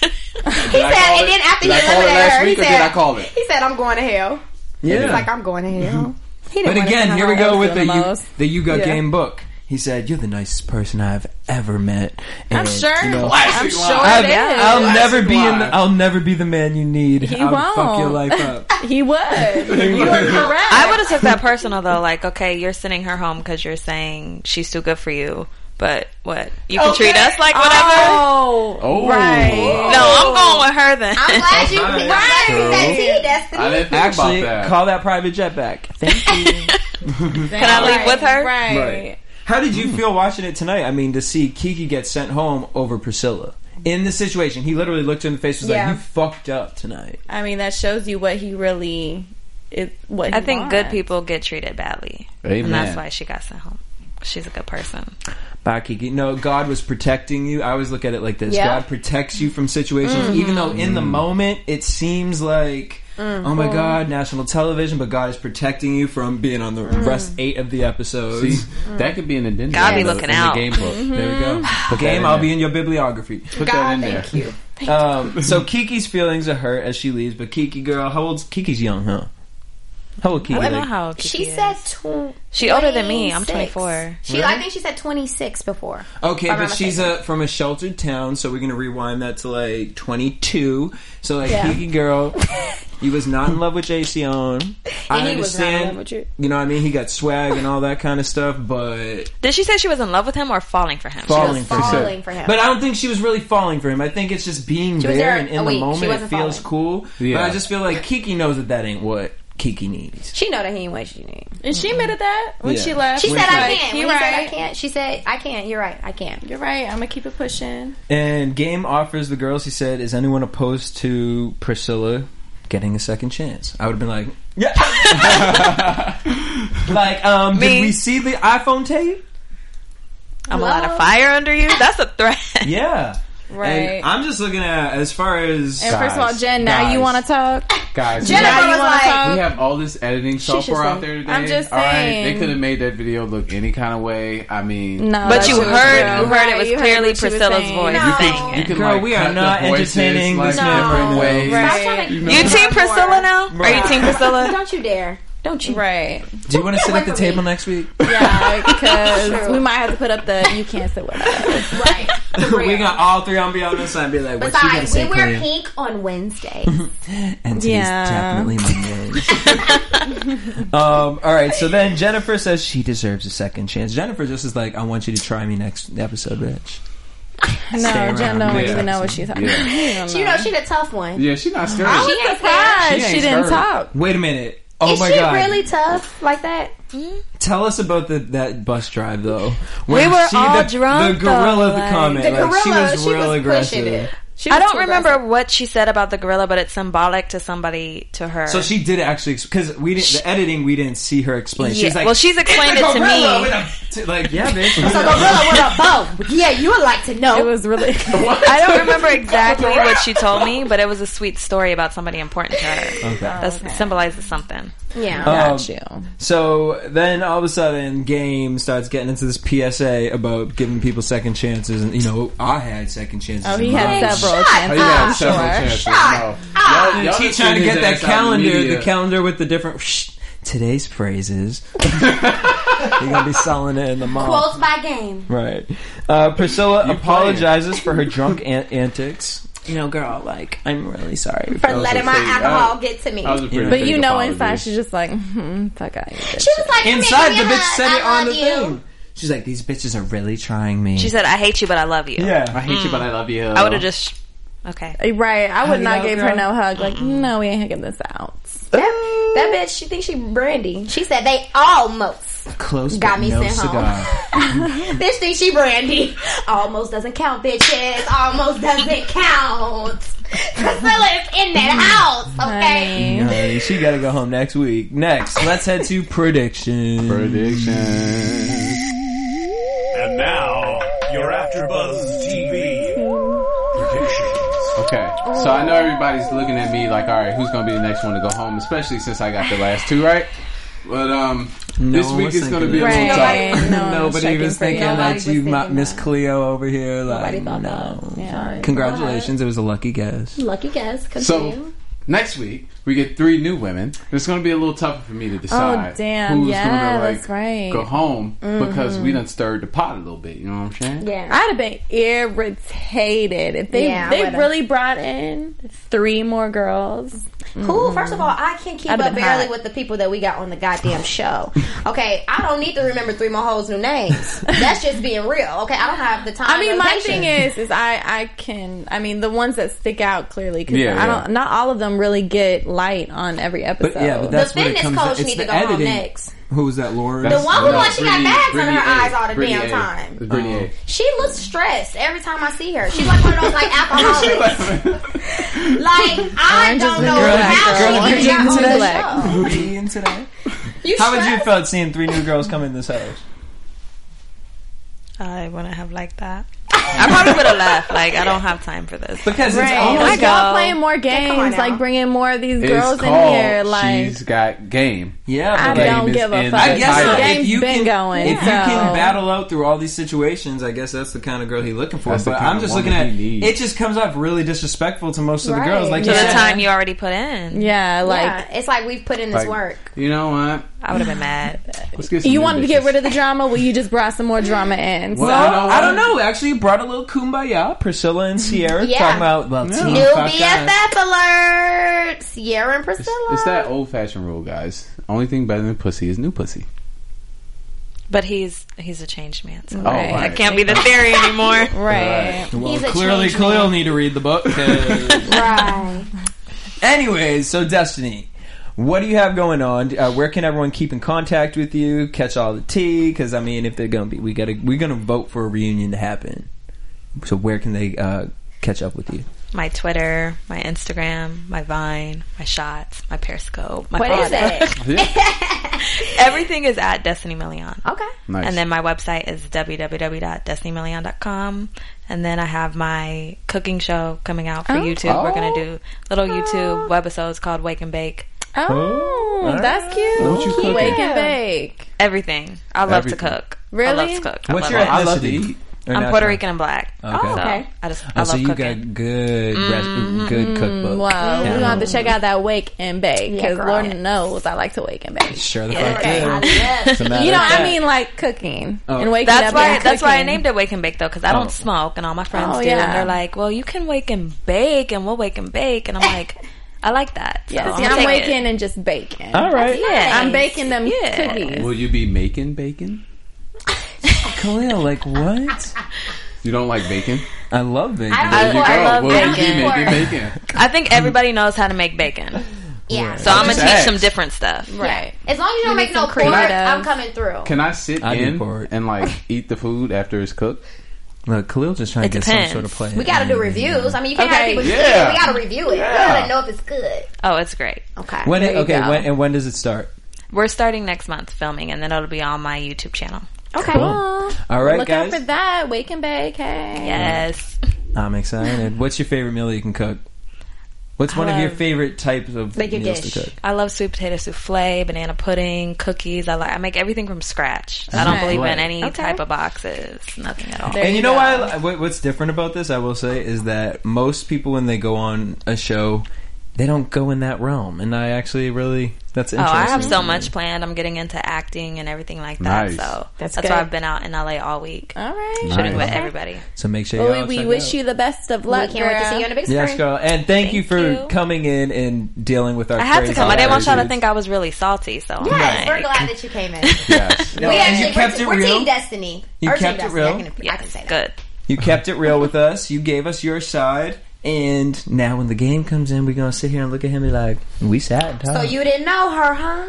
He said, and then after he Did I call it eliminated last her, he week or did I said, call it? "He said I'm going to hell." Yeah. He's like, "I'm going to hell." He didn't But wanna again, spend here all we that go with extra the you, miles. the you got Yeah. game book. He said, "You're the nicest person I've ever met." I'm And, sure. you know, I'm sure I've- it is. I'll never be in. lie. The, I'll never be the man you need. He I'll fuck your won't. life up. He would. You are correct. I would have took that personal though. Like, okay, you're sending her home because you're saying she's too good for you. But what you can treat us like whatever? Oh, Oh. right. No, I'm going with her then. I'm glad you. I'm glad you picked True. that tea, Destiny. I didn't think Actually, about that. call that private jet back. Thank you. Can I leave with her? Right. Right. How did you feel watching it tonight? I mean, to see Kiki get sent home over Priscilla in this situation, he literally looked her in the face and was Yeah. like, "You fucked up tonight." I mean, that shows you what he really is. What he I think wants. good people get treated badly, Amen. and that's why she got sent home. She's a good person. Bye, Kiki. No, God was protecting you. I always look at it like this: Yeah. God protects you from situations, even though in the moment it seems like, "Oh my God, national television," but God is protecting you from being on the rest eight of the episodes. See, that could be an addendum. Gotta be in the- looking in the out. game book. There we go. Put that Game. in I'll there. be in your bibliography. Put that in there. Thank you. Um, so Kiki's feelings are hurt as she leaves, but Kiki girl, how old's Kiki's young, huh? How old Kiki? I don't know Like, how old She Kiki is. said tw- She older than me. I'm 26. 24. She, I think she said 26 before. okay, If I'm but not she's mistaken. a, from a sheltered town, so we're gonna rewind that to like 22. So like Yeah. Kiki girl, you was not in love with JC on. I he was not in understand. love with you. you know what I mean? He got swag and all that kind of stuff, but Did she say she was in love with him or falling for him? She falling was for him. falling for him. But I don't think she was really falling for him. I think it's just being there, was there- and in oh, the wait, she moment it wasn't feels cool. Yeah. But I just feel like Kiki knows that that ain't what Kiki needs. she know that he ain't what she need. And she admitted that when Yeah. she left. She She's said, "I like, can't." When You're he said, "I right. can't," she said, "I can't." You're right. I can't. You're right. I'm gonna keep it pushing. And Game offers the girls, he said, is anyone opposed to Priscilla getting a second chance? I would have been like, yeah. like, um, Me. did we see the iPhone tape? I'm a lot of fire under you. That's a threat. Yeah. Right. And I'm just looking at, as far as. And first of all, Guys, Jen, now you guys. want to talk? Guys, Jen, now Jennifer you was wanna like- we talk? have all this editing software say- out there today. I'm just All right, saying. Mm. they could have made that video look any kind of way. I mean, No, But that you shit was heard, real. you heard it Right, was you heard clearly what she was Priscilla's saying. voice. No. you saying can, you it. can Girl, like, we are cut the not voices, entertaining like, this man different right now. ways. Right. Stop trying to- You know- You team Priscilla now? Are you team Priscilla? Don't you dare! Don't you? Right. do you want to sit away at the from me. table next week? Yeah, because True. we might have to put up the you can't sit with us. Right. For we real. got all three on be on this side and be like, what you gonna Besides, say, we wear Cleo? pink on Wednesday. And today's Yeah. definitely Monday. um, all right, so then Jennifer says she deserves a second chance. Jennifer just is like, I want you to try me next episode, bitch. Stay No, Jen around. don't Yeah. even know what she's talking Yeah. about. You don't She, you know, she's a tough one. Yeah, she not scared. I was She ain't surprised scared. she, She ain't didn't scared. talk. Wait a minute. Oh Is my she god. really tough like that? Tell us about the, that bus drive though. When were she- all the, drunk, The gorilla though, like- comment. The like, she gorilla, was she real was pushing aggressive. it. She I was don't too remember aggressive. what she said about the gorilla, but it's symbolic to somebody to her. So she did actually because we didn't the editing we didn't see her explain. yeah. She's like, well, she's explained it to gorilla me. with a- like yeah, bitch. So gorilla with a bow. Yeah, you would like to know. It was really. I don't remember exactly what she told me, but it was a sweet story about somebody important to her. Okay. That symbolizes something. yeah. Got you. So then all of a sudden, Game starts getting into this PSA about giving people second chances, and you know I had second chances. Oh, he in mine. had several Oh, chances. you had I'm several sure. chances. Shut No. up. Y'all She just trying to send get his that ass out in calendar, the media. calendar with the different shh, today's phrases. You're gonna be selling it in the mall, Quotes by game. right? Uh, Priscilla You apologizes for her drunk an- antics. You know, girl, like I'm really sorry. For was letting a my pretty- alcohol that- get to me. That was a pretty But But big you know, apology. inside she's just like, hmm, fuck out. She was like, "You're Inside, making the me bitch said hot. it I on the love you." thing. She's like, these bitches are really trying me. She said, "I hate you, but I love you." I hate you, but I love you. I would have just okay. Right, I would you not know, give her girl? no hug. Like, no, we ain't hugging this out. That, that bitch, she thinks she brandy. She said they almost close, got but me no sent cigar. home. bitch thinks she brandy. Almost doesn't count, bitches. Almost doesn't count. Priscilla is in that house, okay? Honey. Honey, she gotta go home next week. Next, let's head to predictions. Prediction. And now, your AfterBuzz TV predictions. Okay, so I know everybody's looking at me like, all right, who's gonna be the next one to go home? Especially since I got the last two right. But um, this one week was is gonna thinking be a that. little Right. tight. Nobody- no one was Nobody checking was for you. thinking Nobody that was you thinking might miss that. Cleo over here. Like, Nobody thought no. Yeah. Congratulations, it was a lucky guess. Lucky guess. Continue. So next week we get three new women. It's going to be a little tougher for me to decide Oh, damn. who's Yeah, going to that's like right. Mm-hmm. go home because we done stirred the pot a little bit. You know what I'm saying? Yeah. I'd have been irritated if they Yeah, I they would've. really brought in three more girls. Cool. First of all, I can keep I'd have up been barely hot. with the people that we got on the goddamn show. Okay, I don't need to remember three more hoes' new names. That's just being real. Okay, I don't have the time. I mean, or my patience. thing is, is I I can I mean the ones that stick out clearly because Yeah, I yeah. don't not all of them really get light on every episode. But yeah, but that's The what it fitness comes. coach it's need the to go home editing. next. Who was that, Laura? That's- The one who no, wants- she got Brittany- bags under her Brittany eyes all the Brittany damn A. time. It's Brittany A. She looks stressed every time I see her. She's like one of those like alcoholics. like I Orange is don't the know new black, girl. how she Orange even is got the on new the black. show. Be into that. You How would you stressed? felt seeing three new girls come in this house? I wouldn't have liked that. I probably would have left. Like, I don't have time for this. Because Right. Oh it's almost Like, y'all go. playing more come on games, now. like bringing more of these girls It's in called here. Like, she's got game. yeah. I But like, don't is give a in fuck. the I guess title. the if game's you been can, going. If so. you can battle out through all these situations, I guess that's the kind of girl he's looking for. That's the but kind I'm of just woman looking at he needs. it. Just comes off really disrespectful to most of the Right. girls. Like To you the said. time you already put in. yeah, like yeah, it's like we've put in this Like, work. You know what? I would have been mad. Let's get some you new wanted to bitches. get rid of the drama. Well, you just brought some more drama in. Well, so you know I don't what? know. Actually, brought a little kumbaya. Priscilla and Sierra Yeah. talking about well, team New fuck us. BFF alert. Sierra and It's, Priscilla. it's that old fashioned rule, guys. Only thing better than pussy is new pussy. But he's he's a changed man, so Oh, Right. all that right. can't be the theory anymore. right. Well, He's a clearly, changed man. Khalil need to read the book. 'cause- right. Anyways, so Destiny, what do you have going on? Uh, where can everyone keep in contact with you? Catch all the tea? Because I mean, if they're gonna be, we gotta, we're gonna vote for a reunion to happen. So where can they uh, catch up with you? My Twitter, my Instagram, my Vine, my shots, my Periscope, my What is product. it? Everything is at Destiny Million. Okay. Nice. And then my website is www.destinymillion.com. And then I have my cooking show coming out Oh, for YouTube. We're going to do little YouTube Ah. webisodes called Wake and Bake. Oh, all right. that's cute. What you cooking? Wake and bake. Everything. I love Everything. to cook. I Really? love to cook. I What's love your it. I ethnicity? love- Or I'm national- Puerto Rican and black. Okay. So Oh, Okay. I just I Oh, love so you cooking. got good, res- Mm-hmm. good cookbook. Wow, we're Yeah. gonna have to check out that wake and bake Yeah, because girl. Lord knows I like to wake and bake. Sure, the Yeah. fuck Okay. do. I love It's a matter You know, of I fact. mean, like cooking Oh. and waking That's up. why. and That's why I cooking. named it Wake and Bake though, because I Oh. don't smoke, and all my friends Oh, do, yeah. and they're like, "Well, you can wake and bake, and we'll wake and bake," and I'm like, "I like that." So Yes, I'm yeah, gonna I'm take it. waking and just baking. All right, Yeah, I'm baking them Yeah. cookies. Will you be making bacon? Khalil, like what? You don't like bacon? I love bacon. I There don't you go. I love Will you bacon. be making bacon? I think everybody knows how to make bacon, Yeah. so I'm gonna Just teach ask. some different stuff. Right. As long as you don't Maybe make no some pork, I'm creative. coming through. Can I sit I'd be in for it. and like eat the food after it's cooked? Look, Khalil just trying It to get depends. some sort of play. We gotta do reviews. I mean, you can't have Okay. people just Yeah. eat it. We gotta review it. Yeah. We gotta know if it's good. Oh, it's great. Okay. When There it, you okay, go. when, and when does it start? We're starting next month filming, and then it'll be on my YouTube channel. okay. Cool. All right, Look guys. out for that. Wake and bake. Mm-hmm. Hey. Yes, I'm excited. What's your favorite meal that you can cook? What's one of your love- favorite types of Like your meals dish. to cook? I love sweet potato souffle, banana pudding, cookies. I like. I make everything from scratch. I don't Okay. believe in Right. any Okay. type of boxes, nothing at all. There and you you know go. why I li- what, what's different about this? I will say is that most people when they go on a show, they don't go in that realm, and I actually really that's Oh, interesting. I have so much planned. I'm getting into acting and everything like that. Nice. So That's that's, good. why I've been out in LA all week All right. shooting Nice. with everybody. So make sure Well, y'all we check wish out. you the best of We luck, can't wait to see you on the girl. big screen. Yes, girl, and thank, you Thank for you. Uh, coming in and dealing with our. I had to crazy come. I didn't want y'all to attitudes. think I was really salty. So I'm Yes, we're like, glad that you came in. Yes. No, we and actually, you kept we're, it we're real. Team Destiny. You Or Team kept it Destiny. real. I can, I yes, can say that. good. You kept it real with us. You gave us your side. And now when the game comes in, we're going to sit here and look at him and be like, we sat and So talked. you didn't know her, huh?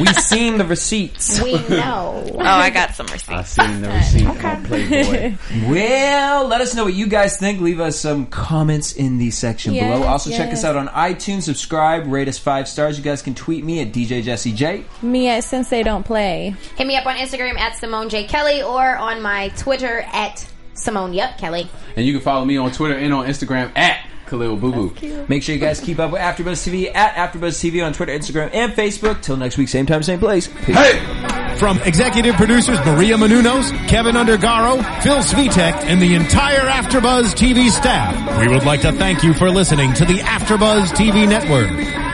we seen the receipts. We know. Oh, I got some I receipts. seen the receipt on Playboy. Well, let us know what you guys think. Leave us some comments in the section Yes, below. Also, check yes. us out on iTunes. Subscribe, rate us five stars. You guys can tweet me at DJ Jesse J. Me at Sensei Don't Play. Hit me up on Instagram at Simone J Kelly or on my Twitter at Simone Yup Kelly. And you can follow me on Twitter and on Instagram at Khalil Boo Boo. Make sure you guys keep up with AfterBuzz TV at AfterBuzz TV on Twitter, Instagram, and Facebook. Till next week, same time, same place. Peace. Hey! From executive producers Maria Manunos, Kevin Undergaro, Phil Svitek, and the entire Afterbuzz TV staff, we would like to thank you for listening to the Afterbuzz TV Network.